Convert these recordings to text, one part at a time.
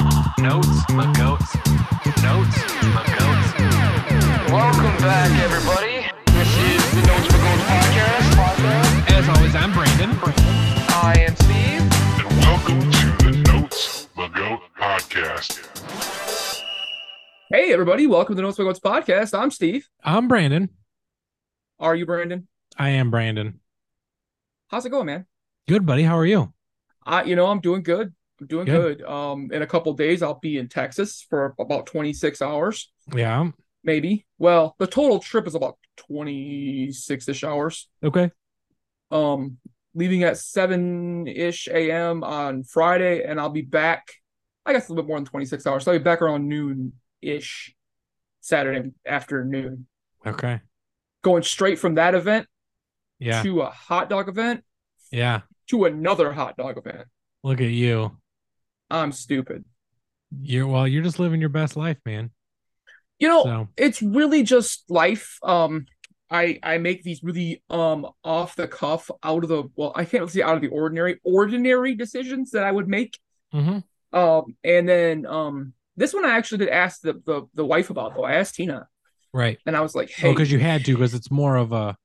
goats, the goats, notes, the goats. Welcome back, everybody. This is the Notes for Goats podcast. As always, I'm Brandon. I am Steve. And welcome to the Notes the Goat podcast. Hey, everybody. Welcome to the Notes for Goats podcast. I'm Steve. I'm Brandon. Are you Brandon? I am Brandon. How's it going, man? Good, buddy. How are you? I, you know, I'm doing good. I'm doing good. good. Um, in a couple days, I'll be in Texas for about 26 hours. Yeah. Maybe. Well, the total trip is about 26 ish hours. Okay. Um, leaving at 7 ish a.m. on Friday, and I'll be back, I guess, a little bit more than 26 hours. So I'll be back around noon ish Saturday afternoon. Okay. Going straight from that event yeah. to a hot dog event. Yeah. To another hot dog event. Look at you. I'm stupid. You're well, you're just living your best life, man. You know, so. it's really just life. Um I I make these really um off the cuff out of the well, I can't say out of the ordinary, ordinary decisions that I would make. Mm-hmm. Um and then um this one I actually did ask the the, the wife about though. I asked Tina. Right. And I was like, hey, because oh, you had to, because it's more of a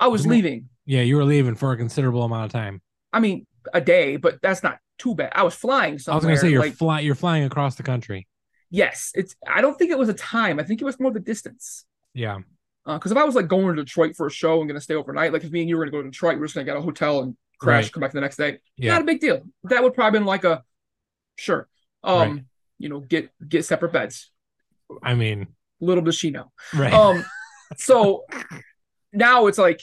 I was leaving. Yeah, you were leaving for a considerable amount of time. I mean, a day, but that's not too bad. I was flying somewhere. I was going to say you're like, flying. You're flying across the country. Yes, it's. I don't think it was a time. I think it was more the distance. Yeah. Because uh, if I was like going to Detroit for a show and going to stay overnight, like if me and you were going to go to Detroit, we're just going to get a hotel and crash, right. come back the next day. Yeah. Not a big deal. That would probably been like a sure. Um, right. you know, get get separate beds. I mean, little does she know. Right. Um, so now it's like,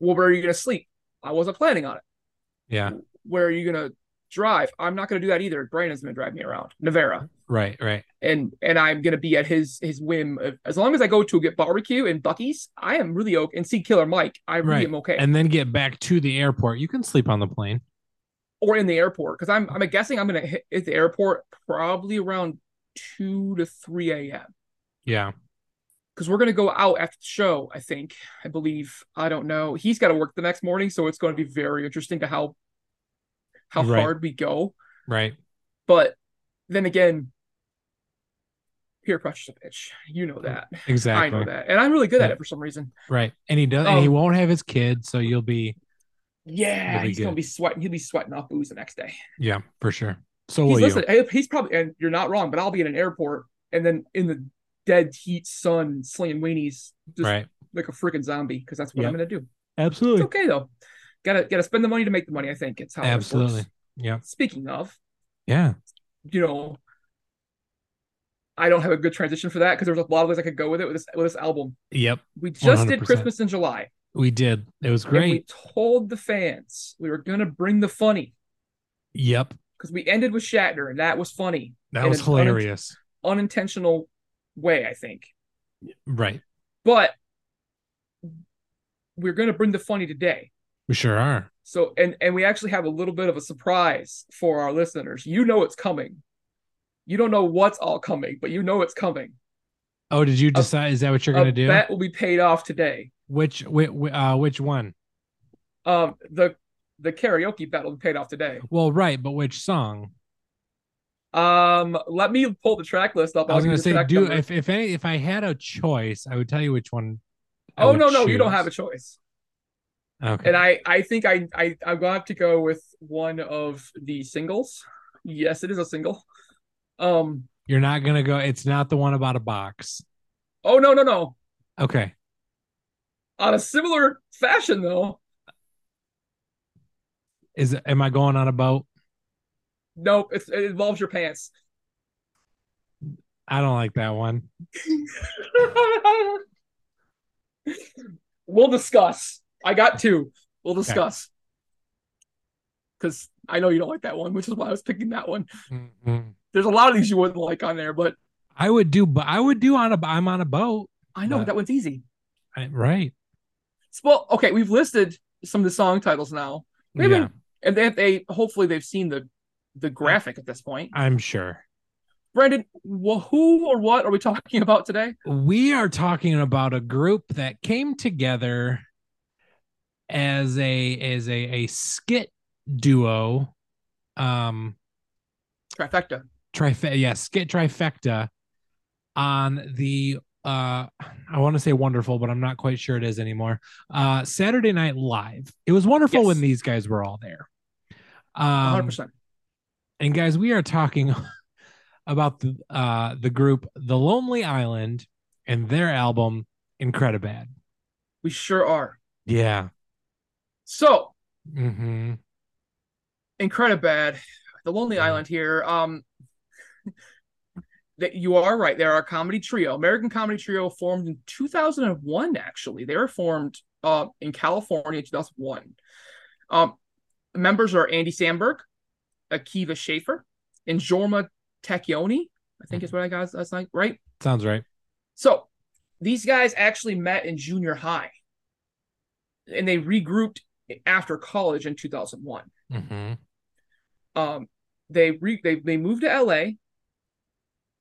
well, where are you going to sleep? I wasn't planning on it. Yeah. Where are you going to drive. I'm not going to do that either. Brandon's going to drive me around Nevera. Right, right. And and I'm going to be at his his whim. As long as I go to get barbecue and Bucky's, I am really okay. And see Killer Mike, I really right. am okay. And then get back to the airport. You can sleep on the plane or in the airport because I'm I'm guessing I'm going to hit at the airport probably around two to three a.m. Yeah. Because we're gonna go out after the show, I think. I believe. I don't know. He's got to work the next morning, so it's going to be very interesting to how how right. hard we go. Right. But then again, peer pressure's a bitch. You know that. Exactly. I know that. Oh. And I'm really good yeah. at it for some reason. Right. And he does um, and he won't have his kid, so you'll be Yeah, you'll be he's good. gonna be sweating. He'll be sweating off booze the next day. Yeah, for sure. So he's, will listen, you. he's probably and you're not wrong, but I'll be in an airport and then in the dead heat sun slinging weenies just right. like a freaking zombie because that's what yep. I'm gonna do. Absolutely. It's okay though gotta gotta spend the money to make the money. I think it's how absolutely. It yeah. Speaking of, yeah, you know, I don't have a good transition for that because there's a lot of ways I could go with it with this with this album. Yep. We just 100%. did Christmas in July. We did. It was great. And we told the fans we were gonna bring the funny. Yep. Because we ended with Shatner, and that was funny. That was hilarious. Un- unintentional way, I think. Right. But we're gonna bring the funny today. We sure are. So and and we actually have a little bit of a surprise for our listeners. You know it's coming. You don't know what's all coming, but you know it's coming. Oh, did you decide? A, is that what you're going to do? That will be paid off today. Which which uh, which one? Um the the karaoke bet will be paid off today. Well, right, but which song? Um, let me pull the track list up. I was going to say, do number. if if any if I had a choice, I would tell you which one. I oh no no, choose. you don't have a choice. Okay. And I, I think I, I, I'm going to have to go with one of the singles. Yes, it is a single. Um, you're not going to go. It's not the one about a box. Oh no, no, no. Okay. On a similar fashion, though. Is am I going on a boat? Nope. It's, it involves your pants. I don't like that one. we'll discuss. I got two. We'll discuss. Because okay. I know you don't like that one, which is why I was picking that one. Mm-hmm. There's a lot of these you wouldn't like on there, but I would do. But I would do on a. I'm on a boat. I know that one's easy. I, right. Well, okay, we've listed some of the song titles now. Maybe yeah. and they, they hopefully they've seen the the graphic at this point. I'm sure. Brandon, well, who or what are we talking about today? We are talking about a group that came together as a as a a skit duo um trifecta trifecta. Yes, get trifecta on the uh I want to say wonderful, but I'm not quite sure it is anymore. Uh Saturday Night Live. It was wonderful Yes. when these guys were all there. Um 100%. and guys, we are talking about the uh the group The Lonely Island and their album Incredibad. We sure are. Yeah. So, Mm-hmm. Incredibad, The Lonely Mhm. Island here. Um, that you are right. They are a comedy trio, American comedy trio, formed in 2001. Actually, they were formed uh, in California, in 2001. Um, members are Andy Samberg, Akiva Schaffer, and Jorma Tacchioni. I think is what I got last night, right? Sounds right. So these guys actually met in junior high and they regrouped after college in 2001. Mm-hmm. Um, they, re- they, they moved to LA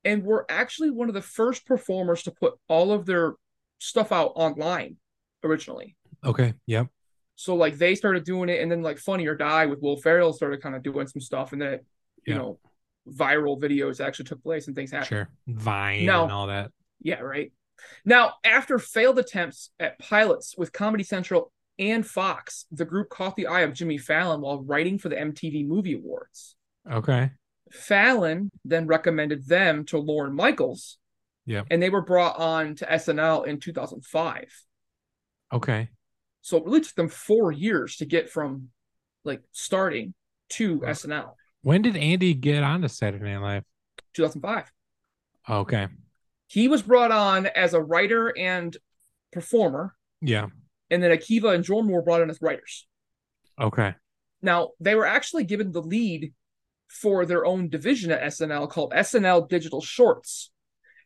and were actually one of the first performers to put all of their stuff out online originally. Okay. Yep. So like they started doing it, and then like Funny or Die with Will Ferrell started kind of doing some stuff, and then it, you Yeah. know viral videos actually took place and things happened. Sure. Vine No. and all that. Yeah, right. Now, after failed attempts at pilots with Comedy Central and Fox, the group caught the eye of Jimmy Fallon while writing for the MTV Movie Awards. Okay. Fallon then recommended them to Lauren Michaels. Yep. And they were brought on to SNL in 2005. Okay. So it really took them four years to get from like starting to Okay. SNL, When did Andy get onto Saturday Night Live? 2005. Okay. He was brought on as a writer and performer. Yeah. And then Akiva and Jordan were brought on as writers. Okay. Now, they were actually given the lead for their own division at SNL called SNL Digital Shorts.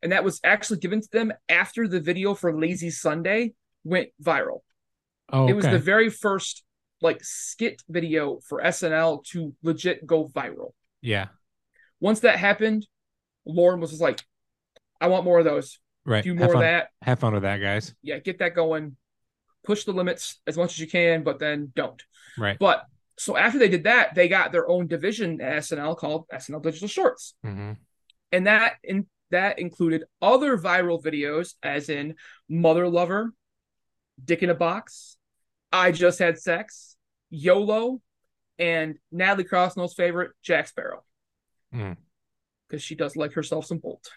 And that was actually given to them after the video for Lazy Sunday went viral. Oh, It was okay. the very first like skit video for SNL to legit go viral. yeah. Once that happened, Lauren was just like, I want more of those. Right. Do Have more of fun. that. Have fun with that, guys. Yeah, get that going. Push the limits as much as you can, but then don't. Right. But so after they did that, they got their own division at SNL called SNL Digital Shorts, Mm-hmm. and that in, that included other viral videos, as in Mother Lover, Dick in a Box, I Just Had Sex, YOLO, and Natalie Crossnell's favorite Jack Sparrow, Hmm. because she does like herself some Bolt.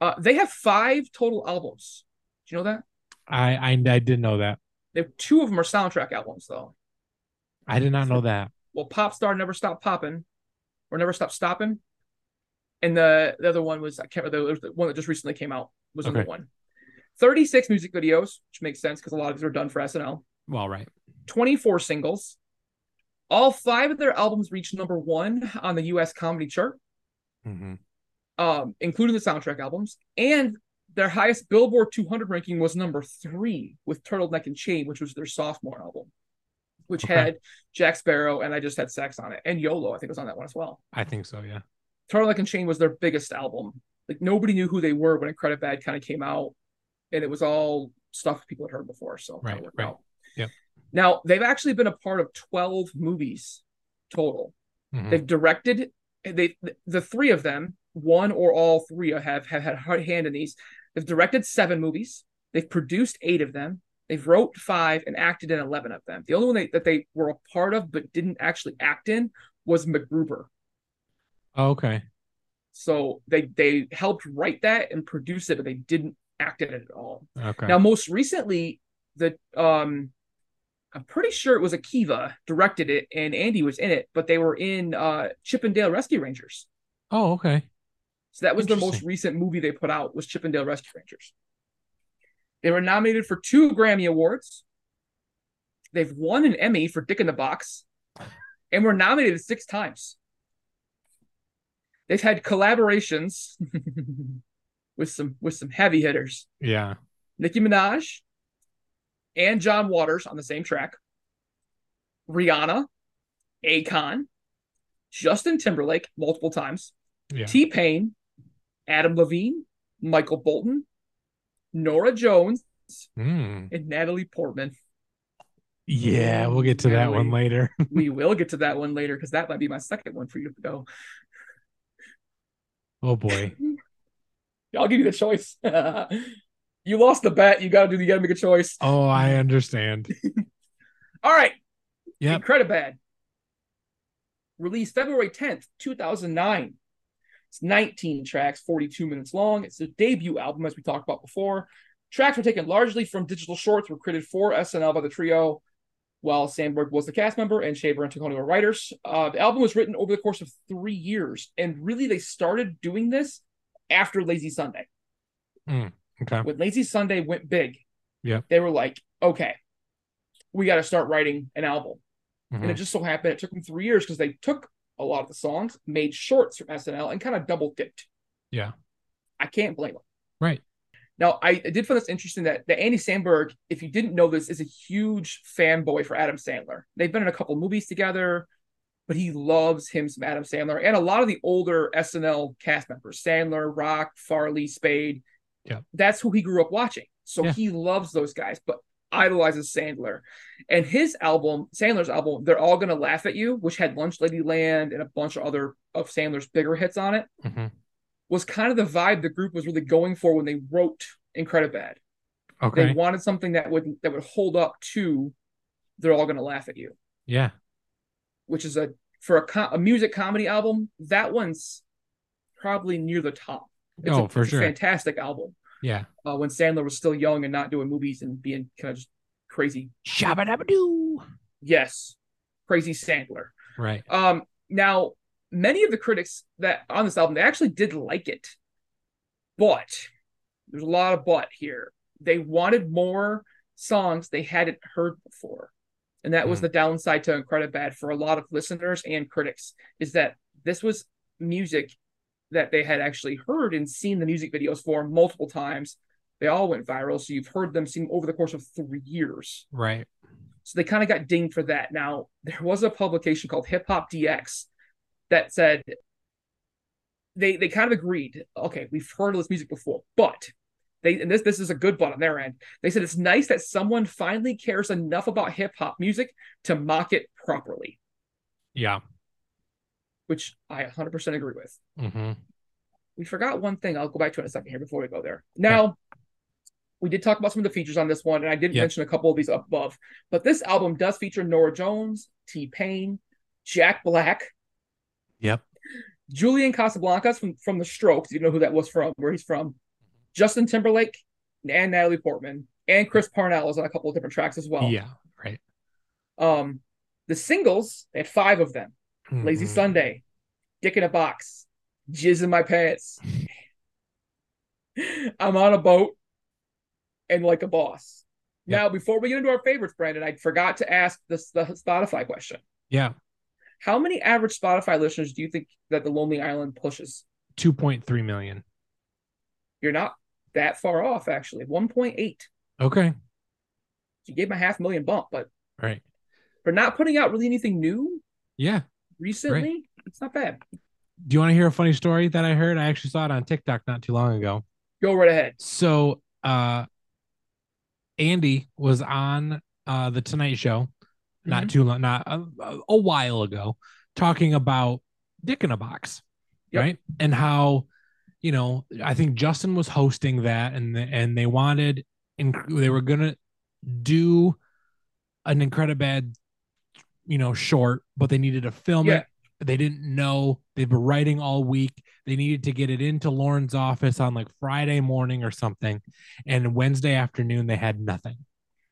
Uh, they have five total albums. Do you know that? I, I I did know that. They have two of them are soundtrack albums, though. I did not know that. well, pop star never stopped popping, or never stopped stopping, and the the other one was I can't remember the, the one that just recently came out was the Okay. new one. Thirty six music videos, which makes sense because a lot of these were done for SNL. Well, right. 24 singles. All five of their albums reached number one on the U.S. comedy chart, Mm-hmm. um, including the soundtrack albums. And their highest Billboard 200 ranking was number three with Turtleneck and Chain, which was their sophomore album, which Okay. had Jack Sparrow and I Just Had Sex on it, and YOLO I think was on that one as well. I think so. Yeah. Turtleneck and Chain was their biggest album. Like nobody knew who they were when Credit Bad kind of came out, and it was all stuff people had heard before. So it kinda Right, worked right. out. Yep. Now they've actually been a part of twelve movies total. Mhm. They've directed. They the three of them, one or all three, have have had a hand in these. They've directed seven movies. They've produced eight of them. They've wrote five and acted in eleven of them. The only one they, that they were a part of but didn't actually act in was MacGruber. Oh, okay. So they they helped write that and produce it, but they didn't act in it at all. Okay. Now, most recently, the um, I'm pretty sure it was Akiva directed it, and Andy was in it, but they were in uh, Chippendale Rescue Rangers. oh, okay. So that was the most Interesting. recent movie they put out was Chippendale Rescue Rangers. They were nominated for two Grammy Awards. They've won an Emmy for Dick in the Box and were nominated six times. They've had collaborations with some with some heavy hitters. Yeah. Nicki Minaj and John Waters on the same track. Rihanna, Akon, Justin Timberlake multiple times. Yeah. T Pain, Adam Levine, Michael Bolton, Nora Jones, Mm. and Natalie Portman. Yeah. We'll get to that one later. we will get to that one later because that might be my second one for you to know. Oh boy. I'll give you the choice. you lost the bet. You got to do. You got to make a choice. Oh, I understand. All right. Yep. Incredibad. Released February 10th, 2009. It's 19 tracks, 42 minutes long. It's a debut album, as we talked about before. Tracks were taken largely from digital shorts, were created for SNL by the trio, while Sandberg was the cast member and Shaver and Tacone were writers. Uh, the album was written over the course of three years, and really they started doing this after Lazy Sunday. Okay. When Lazy Sunday went big, Yeah. they were like, okay, we got to start writing an album. And it Mhm. just so happened it took them three years because they took a lot of the songs, made shorts from SNL, and kind of double dipped. Yeah. I can't blame them. Right. Now, I, I did find this interesting that, that Andy Sandberg, if you didn't know this, is a huge fanboy for Adam Sandler. They've been in a couple movies together, but he loves him some Adam Sandler and a lot of the older SNL cast members Sandler, Rock, Farley, Spade. Yeah. That's who he grew up watching. So Yeah. he loves those guys, but idolizes Sandler. And his album, Sandler's album, They're All Gonna Laugh at You, which had Lunch Lady Land and a bunch of other of Sandler's bigger hits on it, Mhm. was kind of the vibe the group was really going for when they wrote Incredibad. They Okay. wanted something that would that would hold up to They're All Gonna Laugh at You, Yeah. which is a for a, co- a music comedy album, that one's probably near the top. It's oh, a, for it's a sure. fantastic album. yeah. Uh, when Sandler was still young and not doing movies and being kind of just crazy, Shabba dabba doo. yes, crazy Sandler. Right. Um, now, many of the critics that on this album they actually did like it, but there's a lot of but here. They wanted more songs they hadn't heard before, and that was Mhm. the downside to Incredibad for a lot of listeners and critics is that this was music that they had actually heard and seen the music videos for multiple times. They all went viral, so you've heard them seen over the course of three years. Right. So they kind of got dinged for that. Now, there was a publication called Hip Hop DX that said they they kind of agreed, okay, we've heard of this music before, but they and this this is a good one on their end. They said it's nice that someone finally cares enough about hip hop music to mock it properly, Yeah. which I 100% agree with. hmm we forgot one thing. I'll go back to it in a second here before we go there. Now, we did talk about some of the features on this one, and I didn't Yeah. mention a couple of these up above, but this album does feature Nora Jones, T Pain, Jack Black, Yep. Julian Casablancas from, from The Strokes. You know who that was from, where he's from, Justin Timberlake, and Natalie Portman, and Chris Parnell is on a couple of different tracks as well. yeah. Right. Um, the singles, they had five of them Lazy Mhm. Sunday, Dick in a Box, Jizz in My Pants, I'm on a boat, and Like a Boss. Yep. Now, before we get into our favorites, Brandon, I forgot to ask this, the Spotify question. Yeah. How many average Spotify listeners do you think that The Lonely Island pushes? 2.3 million. You're not that far off, actually. 1.8. Okay. You gave him a half million bump, but Right. for not putting out really anything new Yeah. recently, it's not bad. Do you want to hear a funny story that I heard? I actually saw it on TikTok not too long ago. Go right ahead. So uh Andy was on uh the Tonight Show Mm-hmm. not too long not a, a while ago talking about Dick in a Box, Yep. right? And how you know, I think Justin was hosting that and and they wanted and they were going to do an Incredibad you know short, but they needed to film Yeah. it. They didn't know. They were writing all week they needed to get it into Lauren's office on like Friday morning or something. And Wednesday afternoon, they had nothing,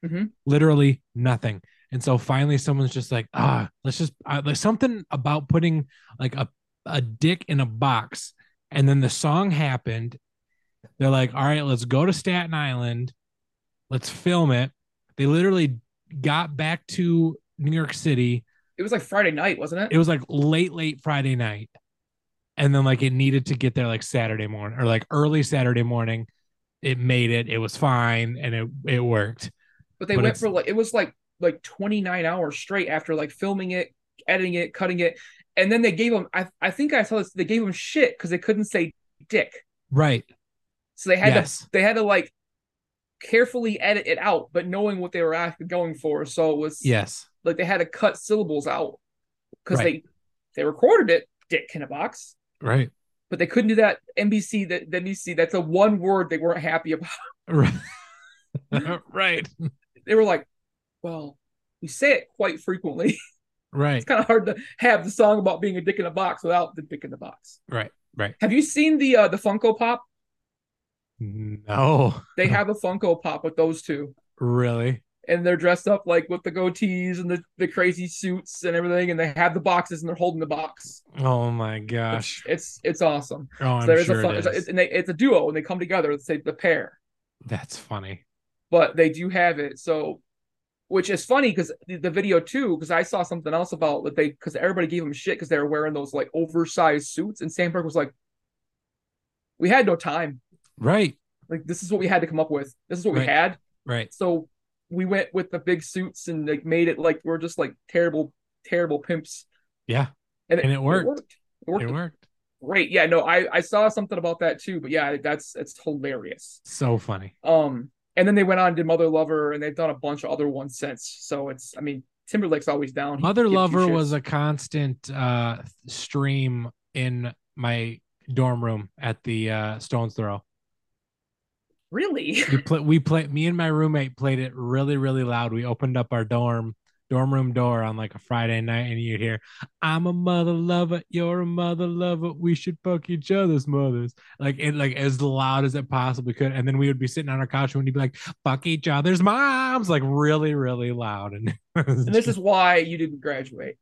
Mhm. literally nothing. And so finally, someone's just like, ah, let's just, uh, there's something about putting like a, a dick in a box. And then the song happened. They're like, all right, let's go to Staten Island. Let's film it. They literally got back to New York City It was like Friday night, wasn't it? it was like late late friday night and then like it needed to get there like saturday morning or like early saturday morning it made it it was fine and it it worked but they but went it's- for like it was like like 29 hours straight after like filming it editing it cutting it and then they gave them i, I think i saw this they gave them shit because they couldn't say dick right so they had yes to they had to like carefully edit it out but knowing what they were actually going for so it was yes like they had to cut syllables out because Right. they they recorded it dick in a box right but they couldn't do that. NBC, that the NBC, that's the one word they weren't happy about. Right. right. They were like, well, we say it quite frequently. Right. it's kind of hard to have the song about being a dick in a box without the dick in the box. Right. Right. Have you seen the uh, the Funko Pop? No. They have a Funko Pop with those two, Really? and they're dressed up like with the goatees and the, the crazy suits and everything, and they have the boxes and they're holding the box. Oh my It's- gosh. It's it's awesome. Oh, I'm So there is sure a fun, it it's, a, is. it's- and they, it's a duo, and they come together. It's a, the pair, That's funny. but they do have it. So, which is funny because the, the video too, because I saw something else about that they because everybody gave them shit because they were wearing those like oversized suits, and Sandberg was like, "We had no time. Right. Like this is what we had to come up with. This is what Right. we had." Right. So we went with the big suits and like made it like we're just like terrible, terrible pimps, Yeah. And it worked. It worked. It worked It worked. great. Yeah, no, I I saw something about that too, but yeah, that's it's hilarious. So funny. Um, and then they went on and did Mother Lover, and they've done a bunch of other ones since. So it's, I mean, Timberlake's always down. He Mother gives two Lover shits. was a constant uh stream in my dorm room at the uh Stones Throw. really We play we play me and my roommate played it really, really loud. We opened up our dorm dorm room door on like a Friday night and you'd hear, I'm a mother lover, you're a mother lover, we should fuck each other's mothers. Like it like as loud as it possibly could. And then we would be sitting on our couch and we'd be like, fuck each other's moms, like really, really loud. And, and this is why you didn't graduate.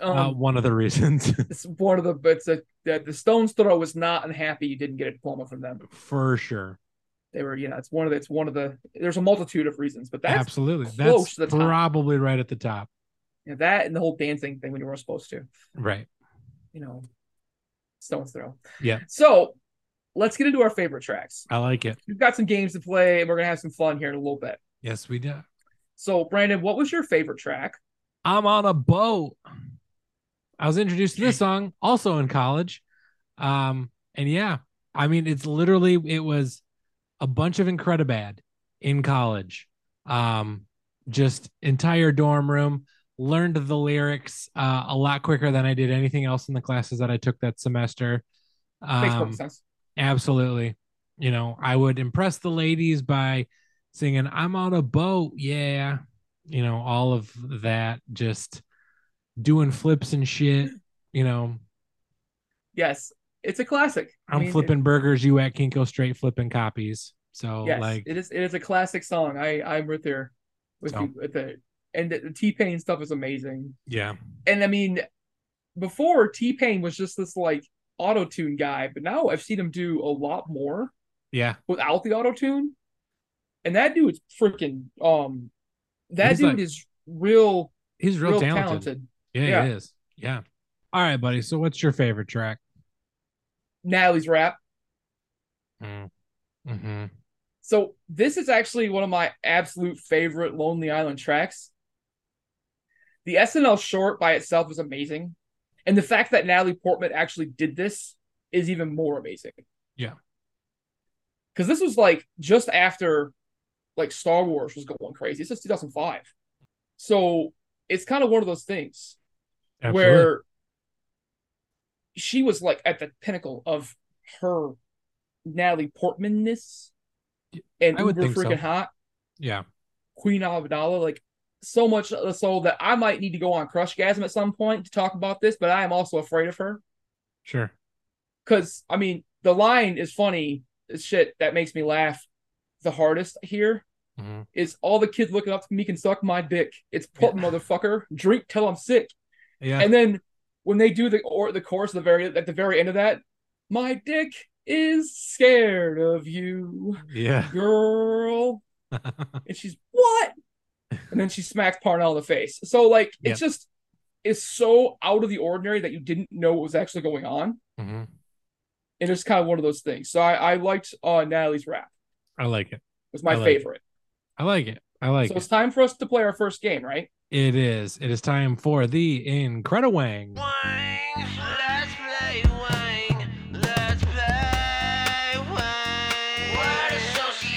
Um, uh, one of the reasons. it's one of the but it's a, the, the Stones Throw was not unhappy you didn't get a diploma from them. for sure. They were, you know, it's one of the, it's one of the. There's a multitude of reasons, but that's Absolutely. That's close to the top. probably right at the top. you know, that and the whole dancing thing when you weren't supposed to, Right. you know, Stones Throw. Yeah. So let's get into our favorite tracks. I like it. We've got some games to play, and we're gonna have some fun here in a little bit. Yes, we do. So, Brandon, what was your favorite track? I'm on a boat. I was introduced to this song also in college. Um, and yeah, I mean, it's literally, it was a bunch of Incredibad in college. Um, just entire dorm room, learned the lyrics uh, a lot quicker than I did anything else in the classes that I took that semester. Makes perfect Um, sense. Absolutely. You know, I would impress the ladies by singing, I'm on a boat. Yeah. You know, all of that, just doing flips and shit. You know, Yes, it's a classic. I I'm mean, flipping burgers, you at Kinko straight flipping copies. So, It, yes, like, it is. It is a classic song. I I'm with her, with So. you with it. And the, the T Pain stuff is amazing. yeah, And I mean, before T Pain was just this like auto tune guy, but now I've seen him do a lot more yeah. without the auto tune. And that dude's freaking um, that He's dude like- is real, He's real, real talented. talented. Yeah, Yeah. he is. Yeah. All right, buddy. So, what's your favorite track? Natalie's rap. Mm-hmm. So this is actually one of my absolute favorite Lonely Island tracks. The SNL short by itself is amazing, and the fact that Natalie Portman actually did this is even more amazing. Yeah. because this was like just after, like Star Wars was going crazy. This is 2005, so it's kind of one of those things where she was like at the pinnacle of her Natalie Portmanness and I would uber think so. freaking hot yeah. Queen Abdallah, like so much of the soul that I might need to go on Crushgasm at some point to talk about this, but I am also afraid of her Sure. because I mean the line is funny as shit that makes me laugh the hardest here Mhm. is all the kids looking up to me can suck my dick. It's Portman Yeah. motherfucker. Drink till I'm sick. Yeah. and then when they do the or the chorus at the very at the very end of that, my dick is scared of you, yeah. Mm-hmm. girl. And she's what? And then she smacks Parnell in the face. So like Yep. it's just it's so out of the ordinary that you didn't know what was actually going on. Mhm. And it's kind of one of those things. So I, I liked uh, Natalie's rap. I like it. was my I like it. favorite. I like it. I like so it. it's time for us to play our first game, right? It is. It is time for the Incrediwang. Wang, let's play Wang, let's play Wang. Word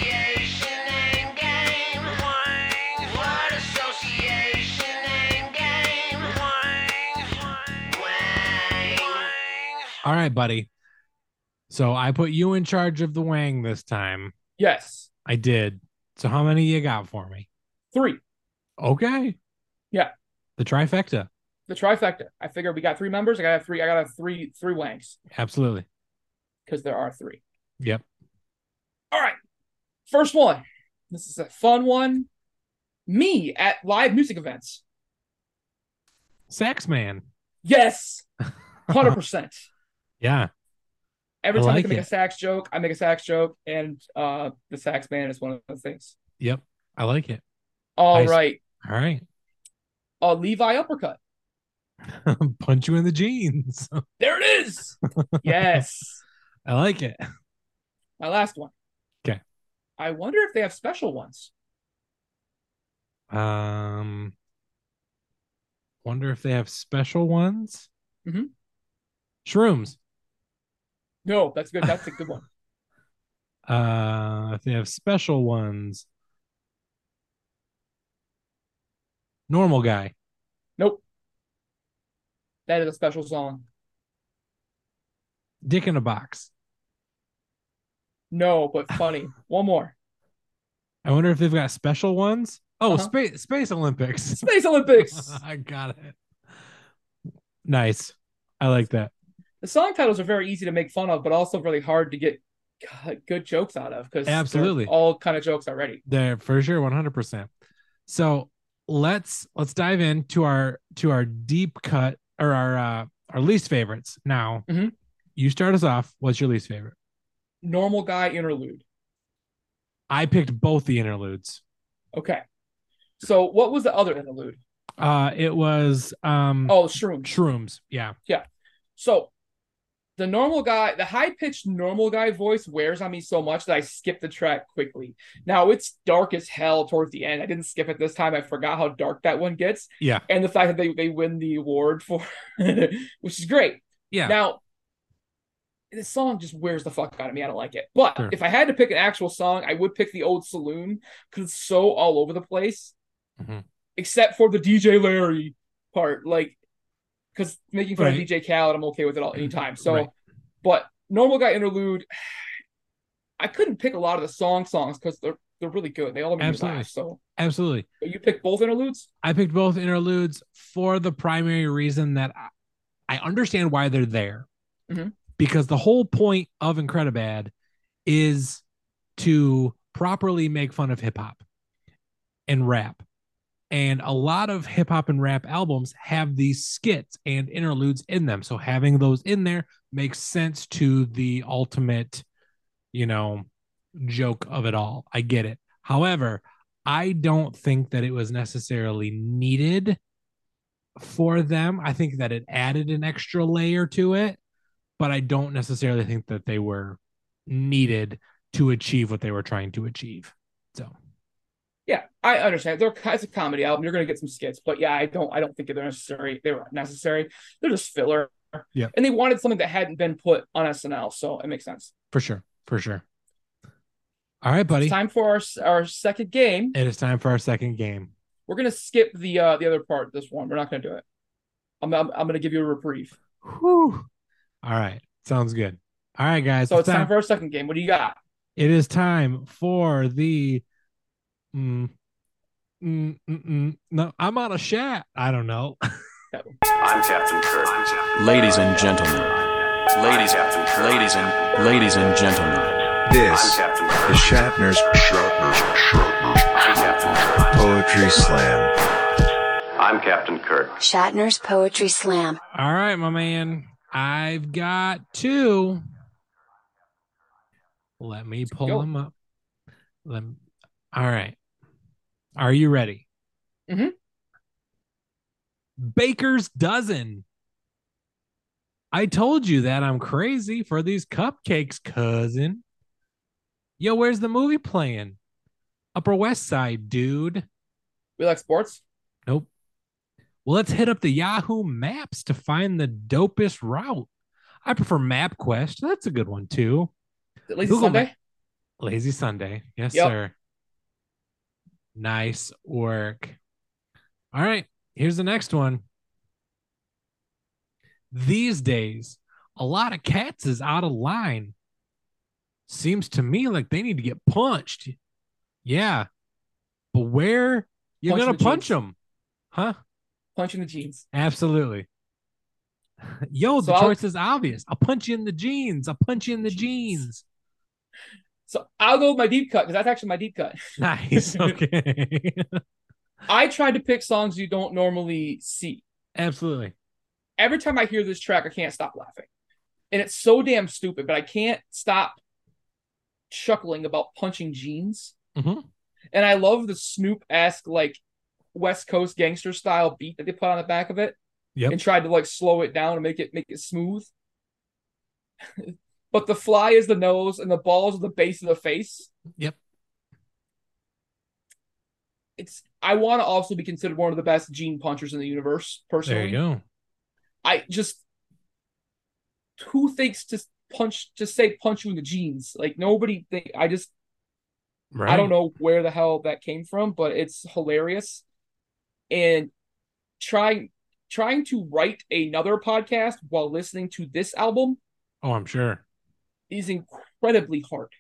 association and game. Wang, word association and game. Wang, Wang, Wang. All right, buddy. So I put you in charge of the Wang this time. Yes. I did. So how many you got for me? Three. Okay. Yeah. The trifecta. The trifecta. I figure we got three members. I gotta have three. I gotta have three three wangs Absolutely. because there are three. Yep. All right. First one. This is a fun one. Me at live music events. Sax man. Yes. Hundred percent. Yeah. Every I time I like can make it. a sax joke, I make a sax joke, and uh the sax man is one of those things. Yep. I like it. All I right. see. All right. Uh Levi uppercut. Punch you in the jeans. There it is. yes. I like it. My last one. 'Kay. I wonder if they have special ones. Um, wonder if they have special ones. Mhm. Shrooms. No, that's good. That's a good one. Uh, if they have special ones. Normal guy. That is a special song. Dick in a box. No, but funny. one more. I wonder if they've got special ones. Oh, Uh-huh. space space Olympics. Space Olympics. I got it. Nice. I like that. the song titles are very easy to make fun of, but also really hard to get g- good jokes out of because Absolutely. all kind of jokes already. There for sure, one hundred percent. So let's let's dive into our to our deep cut or our uh, our least favorites. Now, Mhm. you start us off. What's your least favorite? Normal guy interlude. I picked both the interludes. Okay. So what was the other interlude? Uh, it was um Oh, shrooms. shrooms. Yeah, So the normal guy, the high pitched normal guy voice wears on me so much that I skip the track quickly. Now it's dark as hell towards the end. I didn't skip it this time. I forgot how dark that one gets. Yeah. And the fact that they, they win the award for which is great. yeah. Now this song just wears the fuck out of me. I don't like it. But Sure. if I had to pick an actual song, I would pick the old saloon because it's so all over the place. Mhm. Except for the DJ Larry part. Like because making fun Right. of DJ Khaled, I'm okay with it all anytime. So Right. but normal guy interlude, I couldn't pick a lot of the song songs because they're they're really good. They all make me Absolutely. laugh. So Absolutely. but you pick both interludes? I picked both interludes for the primary reason that I, I understand why they're there. Mhm. Because the whole point of Incredibad is to properly make fun of hip hop and rap. And a lot of hip hop and rap albums have these skits and interludes in them. So having those in there makes sense to the ultimate, you know, joke of it all. I get it. However, I don't think that it was necessarily needed for them. I think that it added an extra layer to it, but I don't necessarily think that they were needed to achieve what they were trying to achieve. So, Yeah, I understand. They're it's a comedy album. You're gonna get some skits, but yeah, I don't I don't think they're necessary. They were necessary. They're just filler. Yeah. And they wanted something that hadn't been put on SNL, so it makes sense. for sure, for sure. All right, buddy. It's time for our our second game. It is time for our second game. We're gonna skip the uh the other part. This one, we're not gonna do it. I'm I'm, I'm gonna give you a reprieve. Whew. All right, sounds good. All right, guys. So it's time for our second game. What do you got? It is time for the. Mm, mm, mm, mm. no, I'm out of chat. I don't know. I'm Captain Kirk. Ladies and gentlemen. Ladies, ladies and ladies and gentlemen. This is Shatner's Oh. Poetry Slam. I'm Captain Kirk. Shatner's Poetry Slam. All right, my man. I've got two. Let me pull go. them up. Let me- All right. Are you ready? Mhm. Baker's dozen. I told you that I'm crazy for these cupcakes, cousin. Yo, where's the movie playing? Upper West Side, dude. We like sports. Nope. Well, let's hit up the Yahoo Maps to find the dopest route. I prefer MapQuest. That's a good one too. At least Google Sunday. Ma- Lazy Sunday. Yes, Yep. sir. Nice work. All right. Here's the next one. These days, a lot of cats is out of line. seems to me like they need to get punched. Yeah. But where you're Punch going the to punch cheeks. them? Huh? Punch in the jeans. Absolutely. Yo, So the I'll- choice is obvious. I'll punch you in the jeans. I'll punch you in the jeans. So I'll go with my deep cut because that's actually my deep cut. Nice. Okay. I tried to pick songs you don't normally see. Absolutely. Every time I hear this track, I can't stop laughing. And it's so damn stupid, but I can't stop chuckling about punching jeans. Mhm. And I love the Snoop esque, like West Coast gangster style beat that they put on the back of it Yep. and tried to like slow it down and make it make it smooth. but the fly is the nose and the balls are the base of the face. Yep. It's I want to also be considered one of the best gene punchers in the universe, personally. There you go. I just who thinks to punch just say punch you in the jeans? Like nobody think I just Right. I don't know where the hell that came from, but it's hilarious. And trying trying to write another podcast while listening to this album Oh, I'm sure. is incredibly hard.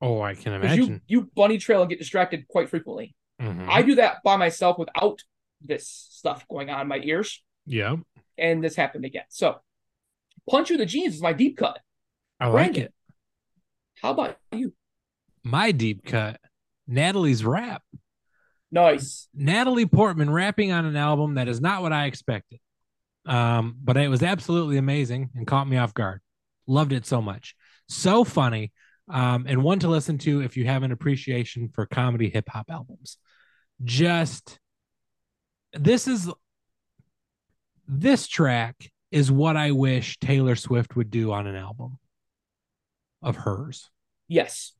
Oh, I can 'Cause imagine. You you bunny trail and get distracted quite frequently. Mhm. I do that by myself without this stuff going on in my ears, Yep. and this happened again. So, punch you in the jeans is my deep cut. I like Brandon. it. How about you? My deep cut. Natalie's rap. Nice. Natalie Portman rapping on an album that is not what I expected. Um, but it was absolutely amazing and caught me off guard. Loved it so much. So funny. Um, and one to listen to if you have an appreciation for comedy hip hop albums. Just this is this track is what I wish Taylor Swift would do on an album of hers Yes.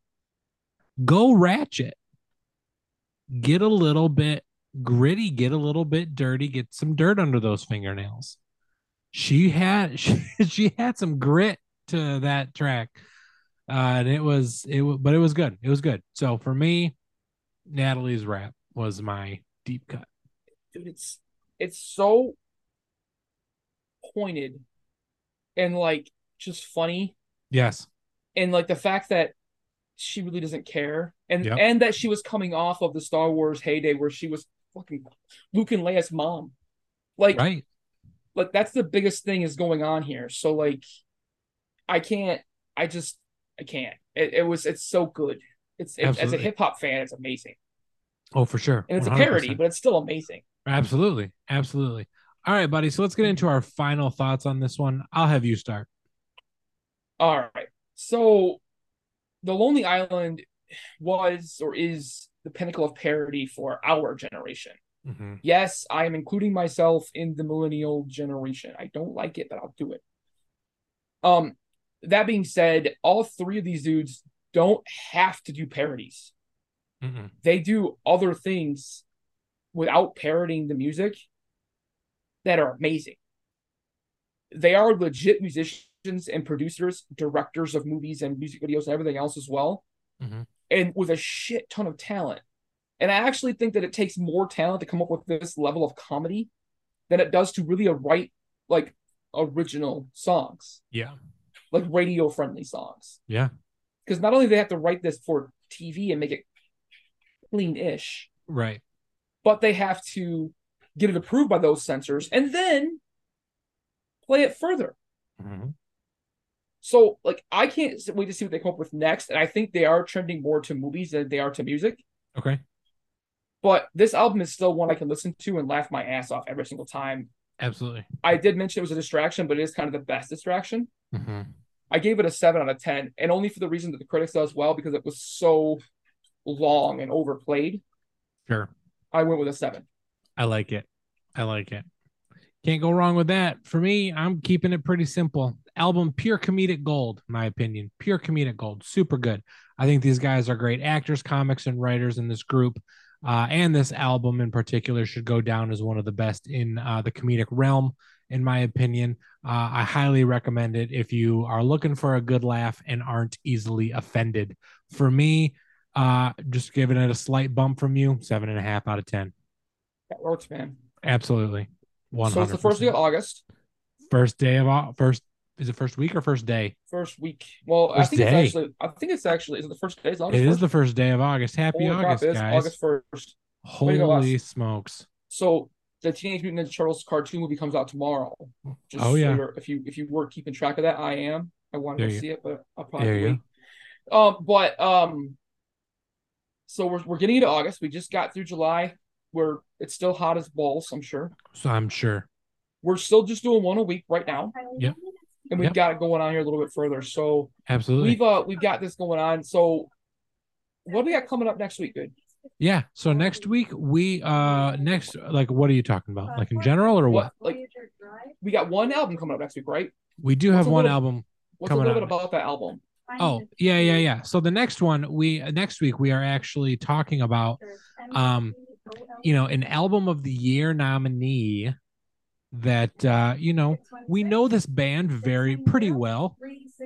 go ratchet get a little bit gritty get a little bit dirty get some dirt under those fingernails she had she, she had some grit to that track uh and it was it wa- but it was good it was good so for me natalie's rap was my deep cut dude, it's it's so pointed and like just funny yes and like the fact that she really doesn't care and Yep. and that she was coming off of the Star Wars heyday where she was fucking Luke and Leia's mom. Like right like that's the biggest thing is going on here. So like I can't I just I can't. It, it was it's so good. It's it, as a Absolutely. hip hop fan, it's amazing. oh for sure And it's a 100%. parody, but it's still amazing. absolutely absolutely all right buddy so let's get into our final thoughts on this one i'll have you start All right. So, The Lonely Island was or is the pinnacle of parody for our generation. Mm-hmm. Mhm. Yes, I am including myself in the millennial generation. I don't like it, but I'll do it. Um, that being said, all three of these dudes don't have to do parodies. Mhm. They do other things without parodying the music that are amazing. They are legit musicians and producers, directors of movies and music videos and everything else as well, Mhm. and with a shit ton of talent. And I actually think that it takes more talent to come up with this level of comedy than it does to really write like original songs, yeah like radio friendly songs. Yeah. Because not only do they have to write this for TV and make it clean ish, right but they have to get it approved by those censors and then play it further. Mhm. So, like, I can't s- wait to see what they come up with next. And I think they are trending more to movies than they are to music. Okay. But this album is still one I can listen to and laugh my ass off every single time. Absolutely. I did mention it was a distraction, but it is kind of the best distraction. I gave it a seven out of 10, and only for the reason that the critics does well because it was so long and overplayed. Sure. I went with a seven. I like it. I like it. Can't go wrong with that. For me, I'm keeping it pretty simple. Album pure comedic gold, my opinion. Pure comedic gold. Super good. I think these guys are great actors, comics, and writers in this group. Uh, and this album in particular should go down as one of the best in uh, the comedic realm, in my opinion. Uh, I highly recommend it if you are looking for a good laugh and aren't easily offended. For me, uh, just giving it a slight bump from you, seven and a half out of 10. That works, man. Absolutely. 100%. So it's the first day of August. First day of Au- first is it first week or first day? First week. Well, I First think day. it's actually. I think it's actually. Is it the first day? It's August It 1st? is the first day of August. Happy Holy crap, August, it is guys! August first. Way to go, Holy us. smokes! So the Teenage Mutant Ninja Turtles cartoon movie comes out tomorrow. Just Oh, so yeah. you're- if you if you were keeping track of that, I am. I want to There go you- see it, but I'll probably there have to you wait. Um, but um, so we're we're getting into August. We just got through July. We're it's still hot as balls. I'm sure. So I'm sure. We're still just doing one a week right now, Yep, and we've Yep. got it going on here a little bit further. So absolutely. we've uh we've got this going on. So what do we got coming up next week, dude? yeah. So next week we uh next like what are you talking about? Like in general or what? Like we got one album coming up next week, right? We do have a one little- album. What's Coming a little up. bit about that album? Oh yeah, yeah, yeah. So the next one we next week we are actually talking about um you know an album of the year nominee that uh you know we know this band very pretty well,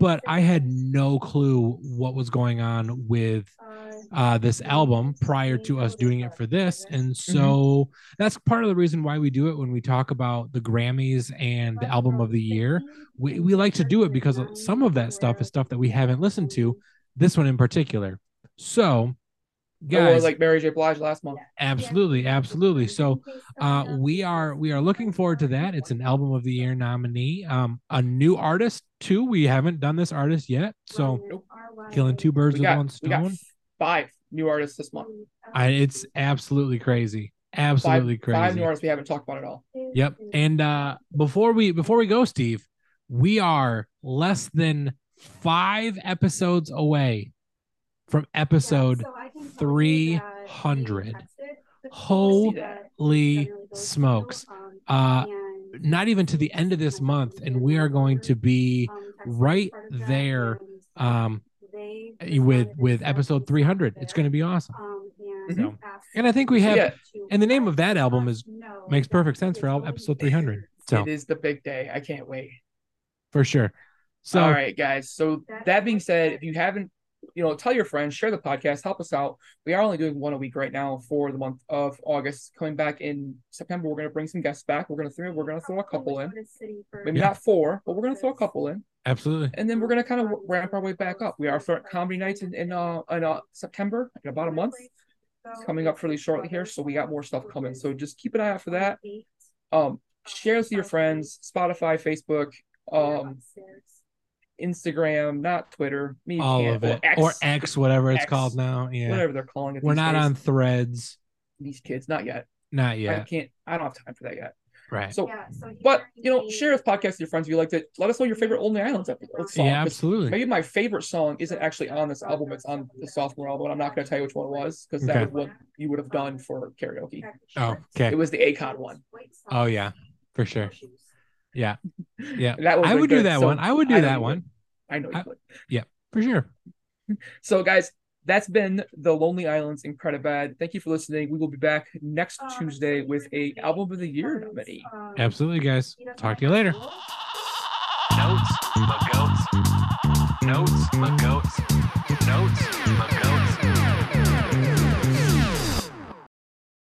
but I had no clue what was going on with uh, this album prior to us doing it for this. And so Mm-hmm. that's part of the reason why we do it when we talk about the Grammys and the album of the year. We, we like to do it because some of that stuff is stuff that we haven't listened to, this one in particular. So, Yeah, guys, Oh, like Mary J. Blige last month. absolutely, absolutely. So, uh, we are we are looking forward to that. It's an album of the year nominee, um, a new artist too. We haven't done this artist yet, so killing two birds We with got, one we got stone. five new artists this month. I, it's absolutely crazy. Five, Absolutely five crazy. new artists we haven't talked about at all. Yep. And uh before we before we go, Steve, we are less than five episodes away from episode three hundred. Holy smokes. Uh not even to the end of this month, and we are going to be right there um with with episode three hundred. It's gonna be awesome. So, and I think we have Mm-hmm. Yeah. and the name of that album is makes perfect sense for al- episode 300 so It is the big day. I can't wait. for sure so all right, guys. So that being said, if you haven't, you know, tell your friends, share the podcast, help us out. We are only doing one a week right now for the month of August. Coming back in September, we're gonna bring some guests back. We're gonna throw we're gonna throw a couple in. Maybe Yeah. not four, but we're gonna throw a couple in. absolutely and then we're gonna kind of ramp our way back up. We are starting comedy nights in in, uh, in uh, September in about a month. It's coming up fairly shortly here, so we got more stuff coming. So just keep an eye out for that. Um, share this with your friends, Spotify, Facebook, um, Instagram, not Twitter. Me, all can't- of it X, or x whatever it's X. called now yeah whatever they're calling it. we're these not days. on threads these kids, not yet. not I yet can't. I don't have time for that yet. right So, but you know, share this podcast with your friends if you liked it. Let us know your favorite Lonely Islands episode. song, yeah 'cause absolutely Maybe my favorite song isn't actually on this album. It's on the sophomore album. and I'm not going to tell you which one it was because Okay. that was what you would have done for karaoke. oh okay It was the Akon one. oh yeah for sure yeah yeah That would've i been would do good, that so one i would do I know that you would. one I know you I- would. for sure So, guys, that's been the Lonely Islands Incredibad. Thank you for listening. We will be back next Tuesday with a album of um, the year nominee. absolutely guys talk to you later Notes, my goats. Notes, my goats. Notes, my goats.